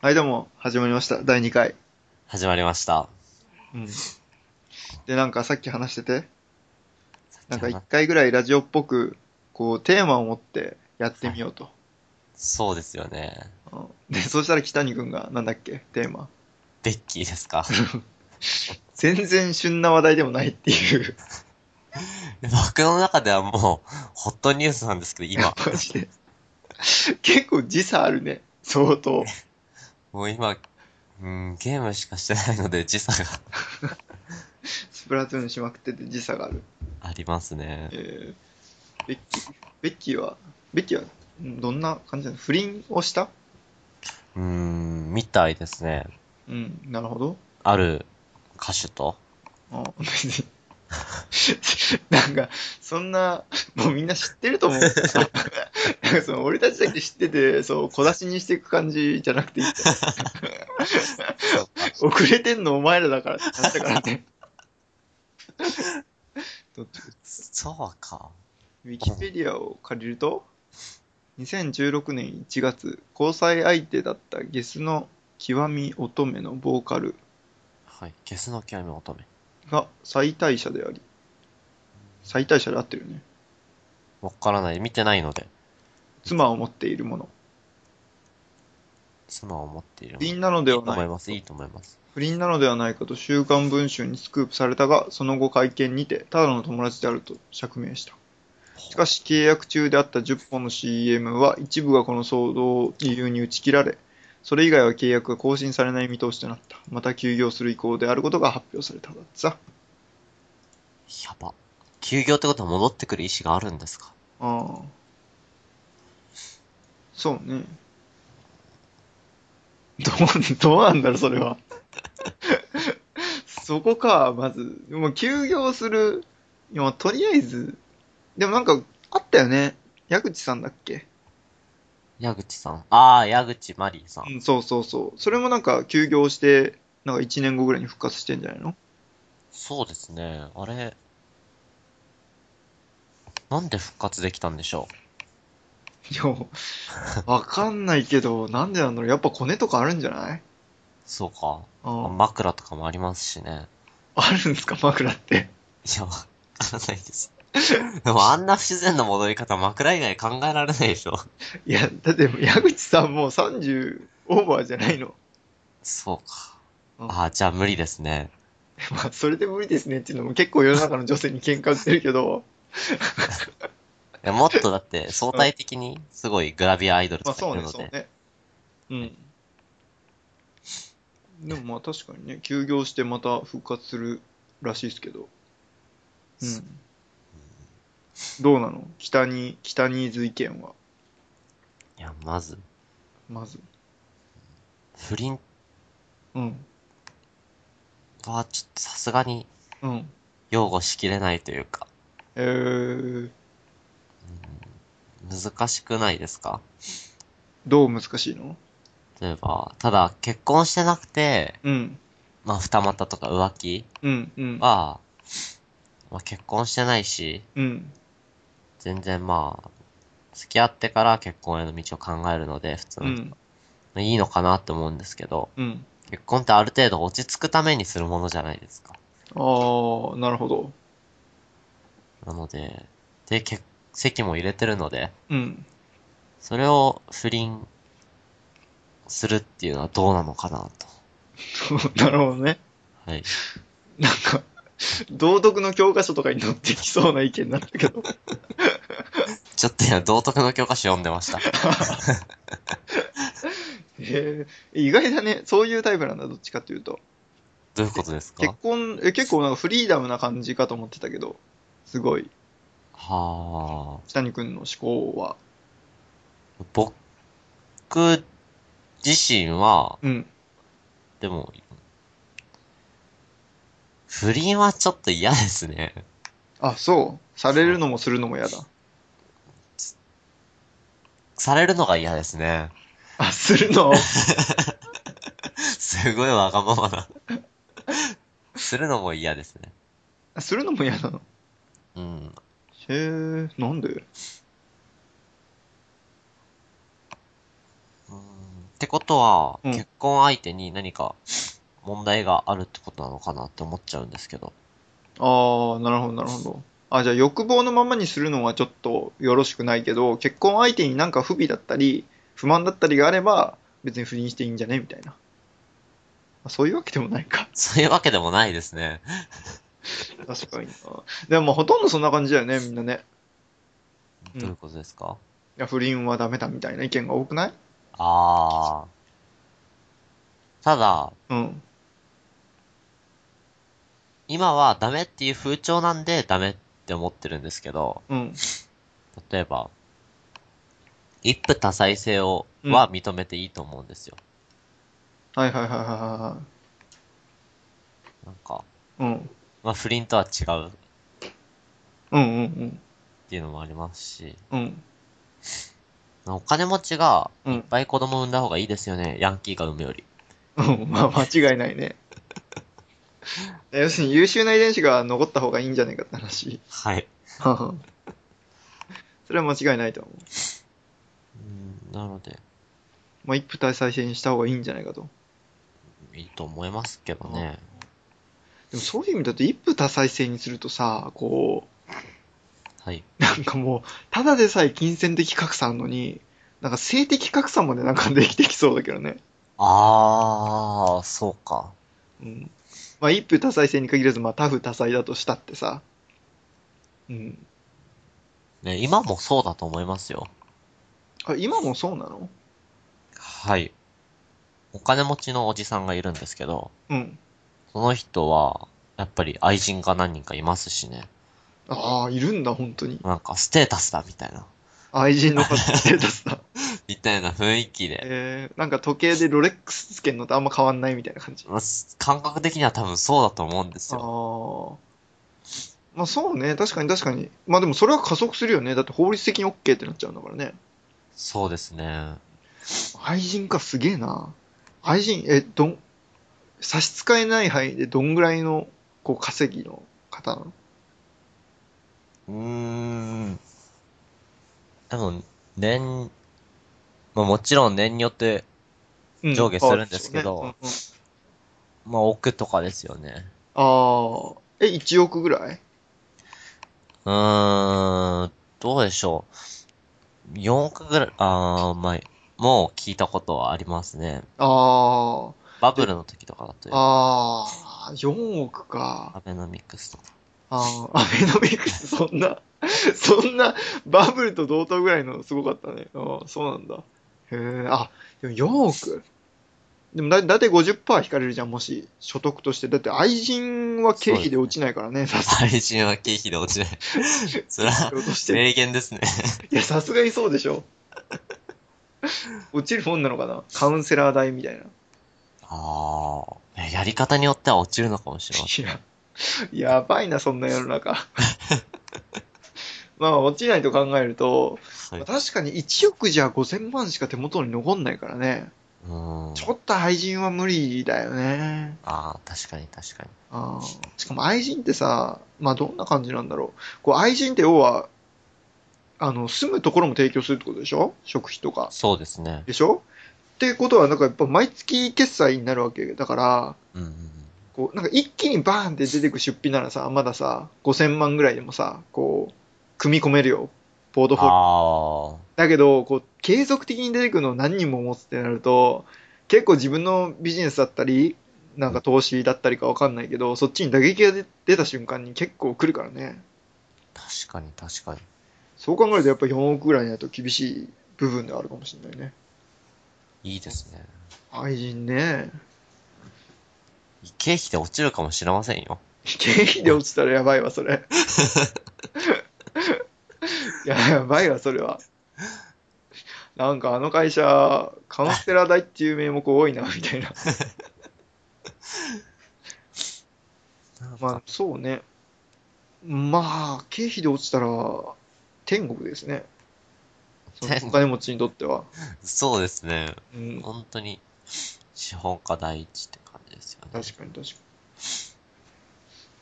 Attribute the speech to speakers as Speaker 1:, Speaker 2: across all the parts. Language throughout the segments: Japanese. Speaker 1: はい、どうも、始まりました。第2回。
Speaker 2: 始まりました。
Speaker 1: うん。で、なんかさっき話してて、なんか
Speaker 2: さ
Speaker 1: 1
Speaker 2: っき
Speaker 1: 回ぐらいラジオっぽく、こう、テーマを持ってやってみようと。
Speaker 2: そうですよね。
Speaker 1: うんで、そしたら北にくんが、なんだっけ、テーマ。
Speaker 2: ベッキーですか
Speaker 1: 全然旬な話題でもないっていう。
Speaker 2: 僕の中ではもう、ホットニュースなんですけど、今、
Speaker 1: マジで。結構時差あるね。相当。
Speaker 2: もう今、うん、ゲームしかしてないので時差が
Speaker 1: スプラトゥーンしまくってて時差がある。
Speaker 2: ありますね
Speaker 1: え。ー、ベッキー、ベッキーは、ベッキーは、うんどんな感じなの不倫をした
Speaker 2: うん、みたいですね。
Speaker 1: うん、なるほど。
Speaker 2: ある歌 手と。
Speaker 1: あ、別に。 なんか、そんな、もうみんな知ってると思う。なんかその俺たちだけ知ってて、そう、小出しにしていく感じじゃなくていいと思う。遅れてんのお前らだからって話だからね。どっち
Speaker 2: そうか。
Speaker 1: ウィキペディアを借りると、2016年1月、交際相手だったゲスの極み乙女のボーカル
Speaker 2: はい。ゲスの極み乙女。
Speaker 1: が最大者であり、最大者で合ってるよね。
Speaker 2: わからない。見てないので。
Speaker 1: 妻を持っているもの。
Speaker 2: 妻を持っている
Speaker 1: 不
Speaker 2: の。いい
Speaker 1: 倫なので
Speaker 2: と
Speaker 1: は
Speaker 2: 思
Speaker 1: ないい。
Speaker 2: ます。いいと思います。
Speaker 1: 不倫なのではないかと週刊文春にスクープされたが、その後会見にて、ただの友達であると釈明した。しかし、契約中であった10本の CM は、一部がこの騒動を理由に打ち切られ、それ以外は契約が更新されない見通しとなった。また休業する意向であることが発表されたのだってさ。
Speaker 2: やば。休業ってことは戻ってくる意思があるんですか
Speaker 1: ああ。そうね。どう、 どうなんだろう、それは。 そこか、まず。もう休業する。今、とりあえず。でもなんか、あったよね。矢口さんだっけ
Speaker 2: 矢口さん。ああ、矢口まりさん。
Speaker 1: うん、そうそうそう。それもなんか、休業して、なんか1年後ぐらいに復活してんじゃないの
Speaker 2: そうですね。あれ、なんで復活できたんでしょ
Speaker 1: いや、わかんないけど、なんでなんだろう。やっぱコネとかあるんじゃないう
Speaker 2: そうか。
Speaker 1: ああ
Speaker 2: 枕とかもありますしね。
Speaker 1: あるんですか、枕って。
Speaker 2: いや、わからないです。 でもあんな不自然な戻り方、枕以外考えられないでしょ。
Speaker 1: いや、だって矢口さんもう30オーバーじゃないの。
Speaker 2: そうか。
Speaker 1: うん
Speaker 2: ああ、じゃあ無理ですね。
Speaker 1: まあ、それで無理ですねっていうのも結構世の中の女性に喧嘩売ってるけど、
Speaker 2: いやもっとだって相対的にすごいグラビアアイドル
Speaker 1: まあ
Speaker 2: とか
Speaker 1: そ
Speaker 2: いうる
Speaker 1: ね、
Speaker 2: の
Speaker 1: そう
Speaker 2: で、
Speaker 1: ね。うん。でもまあ確かにね、休業してまた復活するらしいですけど。うん。どうなの北に、北に伊豆意見は、
Speaker 2: いや、まず、
Speaker 1: まず。
Speaker 2: 不倫
Speaker 1: うん。
Speaker 2: はちょっとさすがに
Speaker 1: うん。
Speaker 2: 擁護しきれないというか、
Speaker 1: えー、
Speaker 2: 難しくないですか
Speaker 1: どう難しいの
Speaker 2: 例えば、ただ結婚してなくて、
Speaker 1: うん。
Speaker 2: まあ二股とか浮気
Speaker 1: うん。うん。
Speaker 2: は、まあ結婚してないし、
Speaker 1: うん。
Speaker 2: 全然まあ、付き合ってから結婚への道を考えるので、普通
Speaker 1: う
Speaker 2: の人
Speaker 1: ん。
Speaker 2: いいのかなって思うんですけど、
Speaker 1: うん。
Speaker 2: 結婚ってある程度落ち着くためにするものじゃないですか。
Speaker 1: あー、なるほど。
Speaker 2: なので、で、結席も入れてるので、
Speaker 1: うん。
Speaker 2: それを不倫するっていうのはどうなのかなと。
Speaker 1: なるほどね。
Speaker 2: はい。
Speaker 1: なんか、道徳の教科書とかに載ってきそうな意見になった けど。
Speaker 2: ちょっと今、道徳の教科書読んでました。
Speaker 1: へえ、意外だね。そういうタイプなんだ、どっちかっていうと。
Speaker 2: どういうことです
Speaker 1: 結
Speaker 2: か
Speaker 1: 婚、え結構なんかフリーダムな感じかと思ってたけど、すごい、
Speaker 2: はあ。
Speaker 1: 北谷君の思考は。
Speaker 2: 僕自身は、
Speaker 1: うん。
Speaker 2: でも、不倫はちょっと嫌ですね。
Speaker 1: あ、そう。されるのもするのも嫌だ。
Speaker 2: されるのが嫌ですね。
Speaker 1: あ、するの
Speaker 2: すごいわがままな。するのも嫌ですね。
Speaker 1: あするのも 嫌なの。
Speaker 2: うん。
Speaker 1: へえ、なんで
Speaker 2: うんてことは、
Speaker 1: うん
Speaker 2: 結婚相手に何か問題があるってことなのかなって思っちゃうんですけど。
Speaker 1: ああ、なるほど、なるほど。あ、じゃあ欲望のままにするのはちょっとよろしくないけど、結婚相手になんか不備だったり、不満だったりがあれば、別に不倫していいんじゃねみたいな。あそういうわけでもないか。
Speaker 2: そういうわけでもないですね。
Speaker 1: 確かにな。でもまあほとんどそんな感じだよね、みんなね。うん
Speaker 2: どういうことですか、
Speaker 1: いや、不倫はダメだみたいな意見が多くない
Speaker 2: あー。ただ、
Speaker 1: うん。
Speaker 2: 今はダメっていう風潮なんでダメって思ってるんですけど、
Speaker 1: うん。
Speaker 2: 例えば、一夫多妻制を、
Speaker 1: うん
Speaker 2: は認めていいと思うんですよ。
Speaker 1: はいはいはいはいは
Speaker 2: なんか、
Speaker 1: いはい。うん。
Speaker 2: まあ不倫とは違うっ
Speaker 1: うんうん
Speaker 2: ていうのもありますし、
Speaker 1: うん。うん。
Speaker 2: お金持ちが
Speaker 1: うん
Speaker 2: いっぱい子供産んだ方がいいですよね、ヤンキーが産むより。
Speaker 1: うん、まあ間違いないね。要するに優秀な遺伝子が残った方がいいんじゃないかって話。
Speaker 2: はい。
Speaker 1: それは間違いないと思う。
Speaker 2: うんなので、
Speaker 1: まあ一夫多妻制にした方がいいんじゃないかと。
Speaker 2: いいと思いますけどね。
Speaker 1: でもそういう意味だと一夫多妻制にするとさ、こ
Speaker 2: はい。
Speaker 1: う、なんかもう、ただでさえ金銭的格差あるのに、なんか性的格差までなんかできてきそうだけどね。
Speaker 2: あー、そうか。
Speaker 1: うん。まあ一夫多妻制に限らず、まあ多夫多妻だとしたってさ。うん。
Speaker 2: ね、今もそうだと思いますよ。
Speaker 1: あ、今もそうなの
Speaker 2: はい。お金持ちのおじさんがいるんですけど、
Speaker 1: うん。
Speaker 2: その人は、やっぱり愛人が何人かいますしね。
Speaker 1: ああ、いるんだ、本当に。
Speaker 2: なんか、ステータスだみたいな。
Speaker 1: 愛人の方ステータスだ。
Speaker 2: みたいな雰囲気で。
Speaker 1: えー、なんか時計でロレックスつけるのとあんま変わんないみたいな感じ。あ
Speaker 2: まあす感覚的には多分そうだと思うんです
Speaker 1: あ
Speaker 2: よ。
Speaker 1: ー。まあそうね、確かに確かに。まあでもそれは加速するよね。だって法律的に OK ってなっちゃうんだからね。
Speaker 2: そうですね。
Speaker 1: 愛人か、すげえな。愛人、え、どん、差し支えない範囲でどんぐらいの、こう、稼ぎの方なの
Speaker 2: うーん。多分、年、まあもちろん年によって、
Speaker 1: うん
Speaker 2: 上下するんですけど
Speaker 1: あそうね
Speaker 2: まあ億とかですよね。
Speaker 1: うんうんあー、え、1億ぐらいう
Speaker 2: ーん、どうでしょう。4億ぐらい、あー、まあ、もう聞いたことはありますね。
Speaker 1: あー、
Speaker 2: バブルの時とかだと、
Speaker 1: あー、4億か。
Speaker 2: アベノミクスとか。
Speaker 1: ああ、アベノミクス、そんな、そんな、バブルと同等ぐらいのすごかったね。ああ、そうなんだ。へえ、あ、でも4億。でもだ、だって50%引かれるじゃん、もし、所得として。だって、愛人は経費で落ちないからね、さす
Speaker 2: 愛人は経費で落ちない。 それは
Speaker 1: が、に落として。
Speaker 2: 名言ですね。
Speaker 1: いや、さすがにそうでしょ。落ちるもんなのかなカウンセラー代みたいな。
Speaker 2: ああ、やり方によっては落ちるのかもしれません。
Speaker 1: いや、やばいな、そんな世の中。 まあ、落ちないと考えると、
Speaker 2: はい
Speaker 1: まあ確かに1億じゃ5000万しか手元に残んないからね。
Speaker 2: うーん。
Speaker 1: ちょっと愛人は無理だよね。
Speaker 2: ああ、確かに確かに。
Speaker 1: あーしかも愛人ってさ、まあどんな感じなんだろう。こう愛人って要は、あの、住むところも提供するってことでしょ食費とか。
Speaker 2: そうですね。
Speaker 1: でしょってことは、なんかやっぱ毎月決済になるわけだから、
Speaker 2: うんうんうん。
Speaker 1: こう、なんか一気にバーンって出てく出費ならさ、まださ、5000万ぐらいでもさ、こう、組み込めるよ。ポートフォリオ
Speaker 2: あ
Speaker 1: だけど、こう、継続的に出てくるのを何人も持つってなると、結構自分のビジネスだったり、なんか投資だったりかわかんないけど、そっちに打撃が出出た瞬間に結構来るからね。
Speaker 2: あ、確かに確かに。
Speaker 1: そう考えるとやっぱ4億ぐらいになると厳しい部分ではあるかもしれないね。
Speaker 2: いいですね。
Speaker 1: 愛人ね。
Speaker 2: 経費で落ちるかもしれませんよ。
Speaker 1: 経費で落ちたらやばいわ、それ。いや、やばいわ、それは。なんかあの会社、カウンセラー代っていう名目多いな、みたいな。
Speaker 2: なんか
Speaker 1: まあ、そうね。まあ、経費で落ちたら、天国ですね。その
Speaker 2: 天国
Speaker 1: お金持ちにとっては。
Speaker 2: そうですね。
Speaker 1: うん、
Speaker 2: 本当に、資本家第一って感じですよね。
Speaker 1: 確かに確か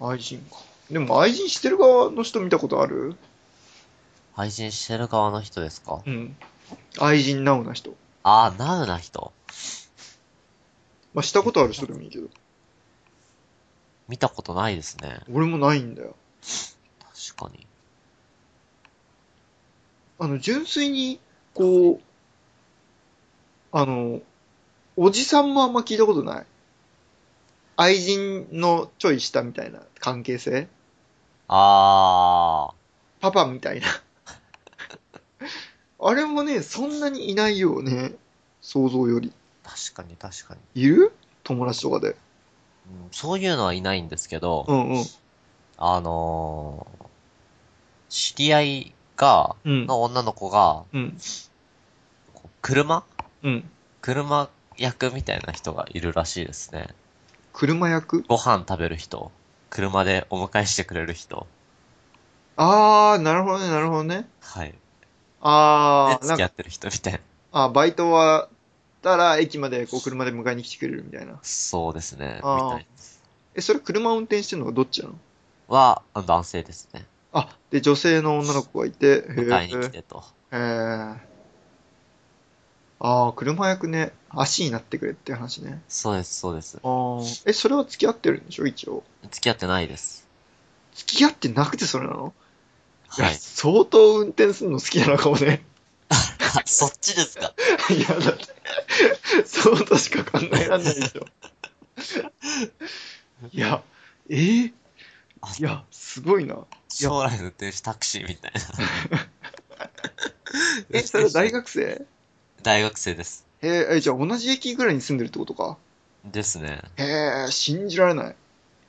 Speaker 1: に。愛人か。でも、愛人してる側の人見たことある
Speaker 2: 配信してる側の人ですか
Speaker 1: うん。愛人なうな人。
Speaker 2: ああ、ナウな人。
Speaker 1: まあ、したことある人でもいいけど。
Speaker 2: 見たことないですね。
Speaker 1: 俺もないんだよ。
Speaker 2: 確かに。
Speaker 1: あの、純粋に、こう、あの、おじさんもあんま聞いたことない。愛人のちょい下みたいな関係性
Speaker 2: あ
Speaker 1: パパみたいな。 あれもね、そんなにいないよね。想像より。
Speaker 2: ー、確かに確かに、
Speaker 1: いる友達とかで。
Speaker 2: うんそういうのはいないんですけど、
Speaker 1: うんうん。
Speaker 2: あのー知り合いが、
Speaker 1: うん。
Speaker 2: の女の子が、
Speaker 1: うん。
Speaker 2: こう車
Speaker 1: うん。
Speaker 2: 車役みたいな人がいるらしいですね。
Speaker 1: 車役
Speaker 2: ご飯食べる人。車でお迎えしてくれる人。
Speaker 1: あー、なるほどね、なるほどね。
Speaker 2: はい。
Speaker 1: あ
Speaker 2: で、
Speaker 1: ー、な
Speaker 2: 付
Speaker 1: ん
Speaker 2: き合
Speaker 1: か、
Speaker 2: ってる人みたいな。
Speaker 1: あバイト終わったら駅までこう車で迎えに来てくれるみたいな。
Speaker 2: そうですね。み
Speaker 1: あー
Speaker 2: たいな
Speaker 1: え、それ車運転してるのはどっちなの
Speaker 2: は、あの男性ですね。
Speaker 1: あ、で、女性の女の子がいて、へ
Speaker 2: 迎えに来
Speaker 1: ー
Speaker 2: てと。
Speaker 1: えー。あー、車役ね、足になってくれって話ね。
Speaker 2: そうです、そうです。
Speaker 1: あー、え、それは付き合ってるんでしょ、一応。
Speaker 2: 付き合ってないです。
Speaker 1: 付き合ってなくてそれなの、いや
Speaker 2: はい。
Speaker 1: 相当運転するの好きなのかもね。
Speaker 2: あそっちですか。
Speaker 1: いや、だって、そうとしか考えられないで しょ。いや、えー、
Speaker 2: あ
Speaker 1: いや、すごいな。
Speaker 2: 将来の運転手タクシーみたいな。
Speaker 1: え、それは大学生
Speaker 2: 大学生です。
Speaker 1: えーえ、じゃあ同じ駅ぐらいに住んでるってことか。
Speaker 2: ですね。
Speaker 1: へえ、信じられない。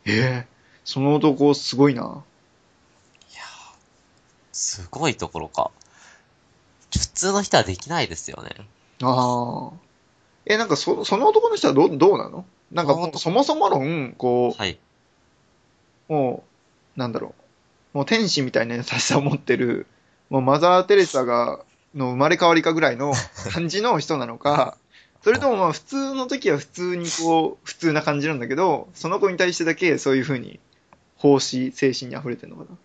Speaker 1: えー、その男すごいな。
Speaker 2: すごいところか。普通の人はできないですよね。
Speaker 1: ああ。えーなんかそその男の人はどうどうなのなんか
Speaker 2: その
Speaker 1: もう
Speaker 2: 男
Speaker 1: そもそも論、こ
Speaker 2: はい。
Speaker 1: う、もう、なんだろう。もう天使みたいな優しさを持ってる、もうマザー・テレサが、の生まれ変わりかぐら いの感じの人なのか、それともまあ普通の時は普通にこう、普通な感じなんだけど、その子に対してだけそういうふうに、奉仕、精神に溢れてるのかな。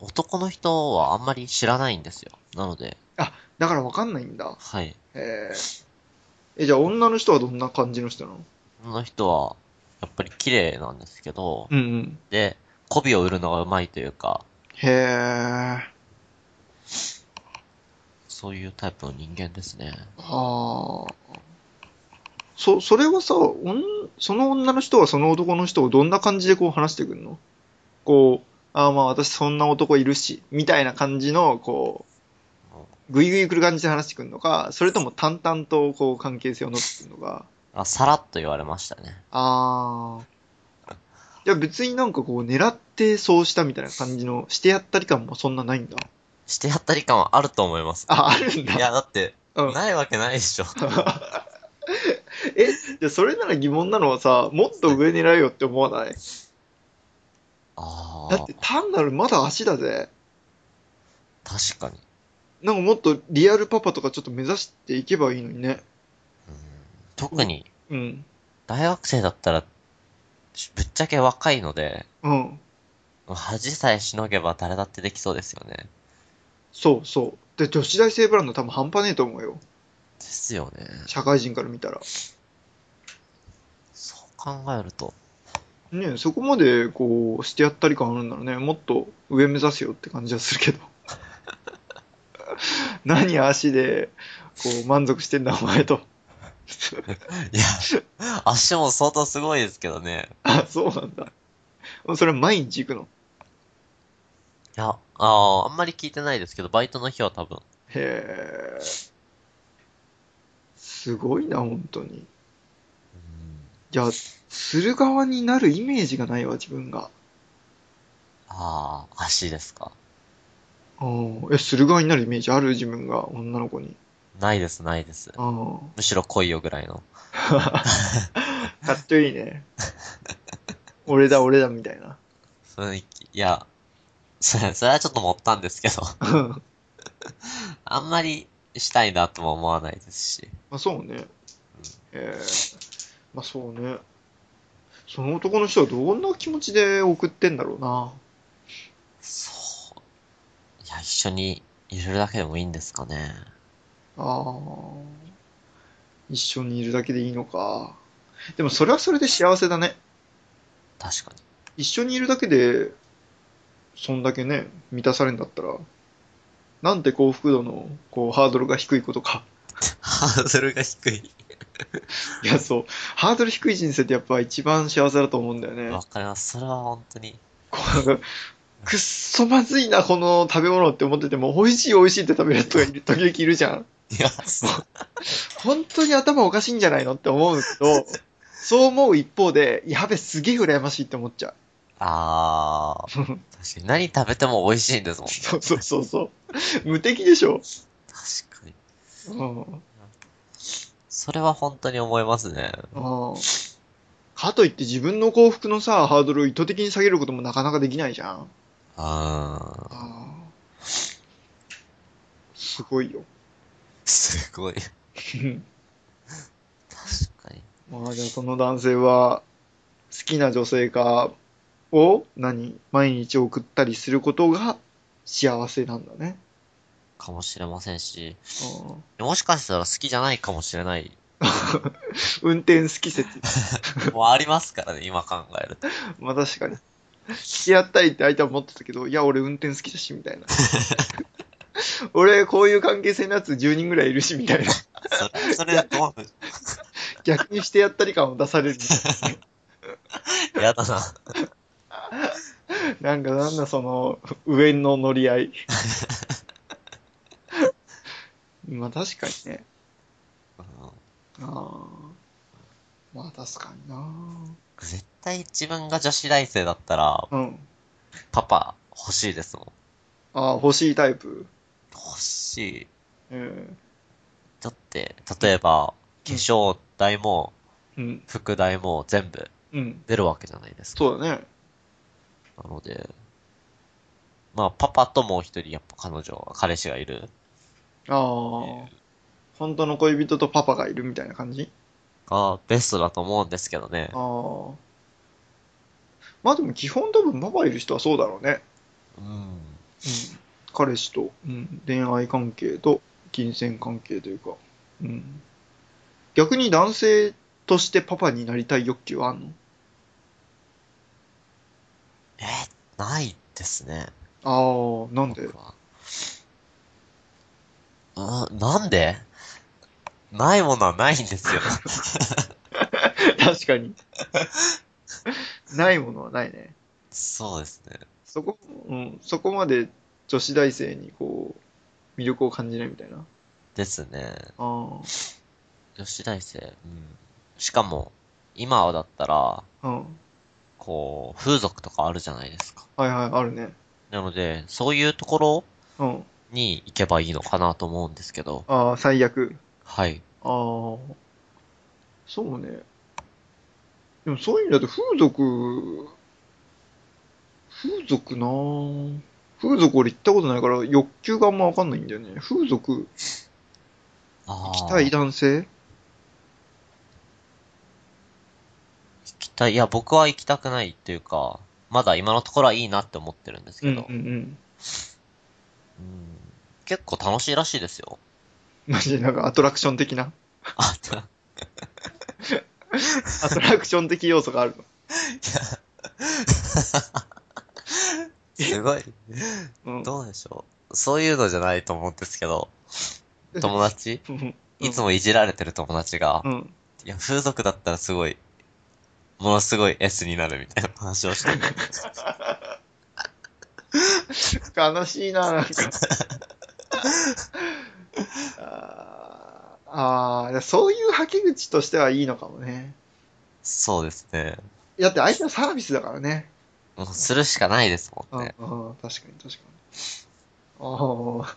Speaker 2: 男の人はあんまり知らないんですよ。なので、
Speaker 1: だからわかんないんだ。
Speaker 2: はい。
Speaker 1: へーえ。じゃあ女の人はどんな感じの人なの
Speaker 2: その人は、やっぱり綺麗なんですけど、
Speaker 1: うんうん。
Speaker 2: で、媚びを売るのがうまいというか、
Speaker 1: へえ。
Speaker 2: そういうタイプの人間ですね。
Speaker 1: ああ。そ、それはさ、おんその女の人はその男の人をどんな感じでこう話してくんのこう、ああまあ私そんな男いるし、みたいな感じの、こう、ぐいぐい来る感じで話してくんのか、それとも淡々とこう関係性を乗ってくんのか。
Speaker 2: あ、さらっと言われましたね。
Speaker 1: ああ。いや別になんかこう狙ってそうしたみたいな感じのしてやったり感もそんなないんだ。
Speaker 2: してやったり感はあると思います。
Speaker 1: あ、あるん
Speaker 2: い
Speaker 1: だ。
Speaker 2: や、だって、
Speaker 1: うん
Speaker 2: ないわけない でしょ。
Speaker 1: え、じゃあそれなら疑問なのはさ、もっと上狙えよって思わない
Speaker 2: あ
Speaker 1: だ
Speaker 2: あ
Speaker 1: って、単なるまだ足だぜ。
Speaker 2: 確かに。
Speaker 1: なんかもっとリアルパパとかちょっと目指していけばいいのにね。
Speaker 2: 特に、
Speaker 1: うん。
Speaker 2: 大学生だったら、しぶっちゃけ若いので、
Speaker 1: うん。
Speaker 2: 恥さえしのげば誰だってできそうですよね。
Speaker 1: そうそう。で、女子大生ブランド多分半端ねえと思うよ。
Speaker 2: ですよね。
Speaker 1: 社会人から見たら。
Speaker 2: そう考えると、
Speaker 1: ねえそこまでこう、してやったり感あるんならね、もっと上目指すよって感じはするけ ど。何足で、こう、満足してんだお前と。
Speaker 2: いや、足も相当すごいですけどね。
Speaker 1: あ、そうなんだ。それ毎日行くの。
Speaker 2: いや、あーあんまり聞いてないですけど、バイトの日は多分。
Speaker 1: へえ。すごいな、本当に。いや、する側になるイメージがないわ、自分が。
Speaker 2: ああ、足ですか。
Speaker 1: うん。え、する側になるイメージある自分が、女の子に。
Speaker 2: ないです、ないです。
Speaker 1: うん。
Speaker 2: むしろ来いよぐらいの。
Speaker 1: かっちょいいね。俺だ、俺だ、みたいな。
Speaker 2: 雰囲気。いや、それ、それはちょっと持ったんですけど、
Speaker 1: うんま
Speaker 2: あんまりしたいなとも思わないですし。
Speaker 1: あ、そうね。ええまあ、そうね。その男の人はどんな気持ちで送ってんだろうな。
Speaker 2: そう。いや、一緒にいるだけでもいいんですかね。
Speaker 1: ああ。一緒にいるだけでいいのか。でもそれはそれで幸せだね。
Speaker 2: 確かに。
Speaker 1: 一緒にいるだけで、そんだけね、満たされるんだったら、なんて幸福度の、こう、ハードルが低いことか。
Speaker 2: ハードルが低い。
Speaker 1: いや、そう。ハードル低い人生ってやっぱ一番幸せだと思うんだよね。
Speaker 2: わかります。それは本当に。
Speaker 1: こうなんかくっそまずいな、この食べ物って思ってても、美味しい美味しいって食べる人がいる時々いるじゃん。
Speaker 2: いや、 そう。
Speaker 1: 本当に頭おかしいんじゃないのって思うんだけど、そう思う一方で、やべ、すげえ羨ましいって思っちゃう。
Speaker 2: あー。確かに。何食べても美味しいんですもんね。
Speaker 1: そうそうそうそう。無敵でしょ。
Speaker 2: 確かに。
Speaker 1: うん。
Speaker 2: それは本当に思いますね。
Speaker 1: うんかといって自分の幸福のさ、ハードルを意図的に下げることもなかなかできないじゃん。
Speaker 2: あー。
Speaker 1: うんすごいよ。
Speaker 2: すごい。確かに。
Speaker 1: まあじゃあその男性は、好きな女性かを何毎日送ったりすることが幸せなんだね。
Speaker 2: かもしれませんし。
Speaker 1: うん
Speaker 2: もしかしたら好きじゃないかもしれない。
Speaker 1: 運転好き説。
Speaker 2: もうありますからね、 今考えると。
Speaker 1: まあ確かに。付き合ったいって相手は思ってたけど、いや俺運転好きだしみたいな。俺こういう関係性のやつ10人ぐらいいるしみたいな。
Speaker 2: それ、それ、どう、
Speaker 1: 逆にしてやったり感を出され る。
Speaker 2: やだな。
Speaker 1: なんかなんだその上の乗り合 い。まあ確かにね。
Speaker 2: うん
Speaker 1: ああ。まあ確かにな。
Speaker 2: 絶対自分が女子大生だったら、
Speaker 1: うん。
Speaker 2: パパ欲しいですもん。
Speaker 1: ああ、欲しいタイプ。
Speaker 2: 欲しい。
Speaker 1: うん。
Speaker 2: だって、例えば、化粧代も、
Speaker 1: うん。
Speaker 2: 服代も全部
Speaker 1: うん。
Speaker 2: 出るわけじゃないですか。
Speaker 1: そうだね。
Speaker 2: なので、まあ、パパともう一人、やっぱ彼女、彼氏がいる。
Speaker 1: ああ。本当の恋人とパパがいるみたいな感じ
Speaker 2: が、ベストだと思うんですけどね。
Speaker 1: ああ。まあでも基本多分パパいる人はそうだろうね。
Speaker 2: うん。
Speaker 1: うん。彼氏と、うん、恋愛関係と金銭関係というか。うん。逆に男性としてパパになりたい欲求はあんの
Speaker 2: え、ないですね。
Speaker 1: ああ、なんで
Speaker 2: 僕は。あ、なんでないものはないんですよ。
Speaker 1: 確かに。ないものはないね。
Speaker 2: そうですね。
Speaker 1: そこ、うん、そこまで女子大生にこう、魅力を感じないみたいな。
Speaker 2: ですね。
Speaker 1: あ
Speaker 2: 女子大生。うん。しかも、今はだったら、
Speaker 1: あ、うん。
Speaker 2: こう、風俗とかあるじゃないですか。
Speaker 1: はいはい、あるね。
Speaker 2: なので、そういうところ
Speaker 1: うん。
Speaker 2: に行けばいいのかなと思うんですけど。
Speaker 1: ああ、最悪。
Speaker 2: はい。
Speaker 1: ああ、そうね。でもそういう意味だと風俗、風俗なぁ。風俗俺行ったことないから欲求があんまわかんないんだよね。風俗、
Speaker 2: あ
Speaker 1: 行
Speaker 2: あ。
Speaker 1: きたい男性
Speaker 2: 行きたい。いや、僕は行きたくないっていうか、まだ今のところはいいなって思ってるんです
Speaker 1: う
Speaker 2: け
Speaker 1: んう
Speaker 2: ど。
Speaker 1: んうん。
Speaker 2: うん結構楽しいらしいです よ。
Speaker 1: マジでなんかアトラクション的な。
Speaker 2: あ、た
Speaker 1: アトラクション的要素がある
Speaker 2: すごい。
Speaker 1: の。うん。
Speaker 2: どうでしょう。そういうのじゃないと思うんですけど、友達
Speaker 1: うん
Speaker 2: いつもいじられてる友達が、
Speaker 1: うん。
Speaker 2: いや、風俗だったらすごい、ものすごい S になるみたいな話をしてる。
Speaker 1: 悲しいな、なんか。 あーあー、そういう吐き口としてはいいのかもね。
Speaker 2: そうですね。
Speaker 1: だって相手のサービスだからね。
Speaker 2: もうするしかないですも
Speaker 1: うんん、うん
Speaker 2: ね。
Speaker 1: 確かに確かに。ああ、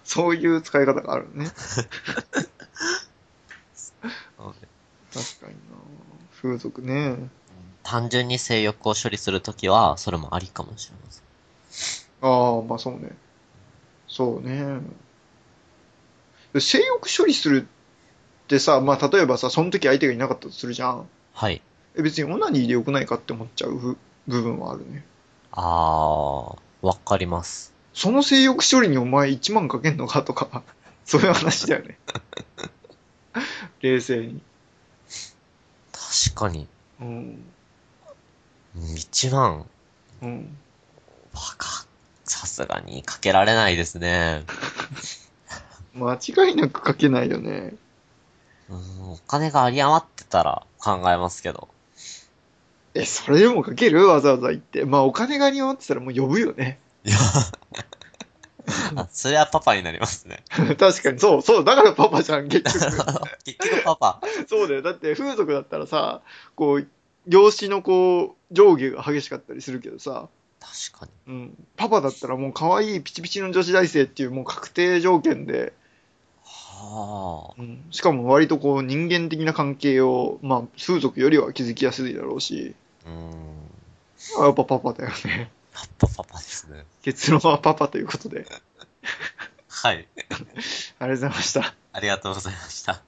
Speaker 1: そういう使い方があるね。確かにな。風俗ね。
Speaker 2: 単純に性欲を処理するときは、それもありかもしれません。
Speaker 1: ああ、まあそうね。そうね。性欲処理するってさ、まあ例えばさ、その時相手がいなかったとするじゃん。
Speaker 2: はい。
Speaker 1: え別にオナニーでよくないかって思っちゃうふ部分はあるね。
Speaker 2: あー、わかります。
Speaker 1: その性欲処理にお前1万かけんのかとか、 そういう話だよね。冷静に。
Speaker 2: 確かに。
Speaker 1: うん。
Speaker 2: 1万
Speaker 1: うん。
Speaker 2: バカ。さすがにかけられないですね。
Speaker 1: 間違いなく書けないよね。
Speaker 2: うん、お金が有り余ってたら考えますけど。
Speaker 1: え、それでも書けるわざわざ言って。まあ、お金がに余ってたらもう呼ぶよね。
Speaker 2: いや。あ、 それはパパになりますね。
Speaker 1: 確 かに、そう、そう、だからパパじゃん、結局。
Speaker 2: 結局パパ。
Speaker 1: そうだよ。だって、風俗だったらさ、こう、養子のこう、上下が激しかったりするけどさ、
Speaker 2: 確かに。
Speaker 1: うん。パパだったらもう可愛いピチピチの女子大生っていうもう確定条件で、
Speaker 2: は
Speaker 1: うん、しかも割とこう人間的な関係を、まあ、風俗よりは築きやすいだろうし、
Speaker 2: あ。うん。
Speaker 1: まあやっぱパパだよね。
Speaker 2: やっぱパパですね。
Speaker 1: 結論はパパということで、
Speaker 2: はい。
Speaker 1: ありがとうございました。
Speaker 2: ありがとうございました。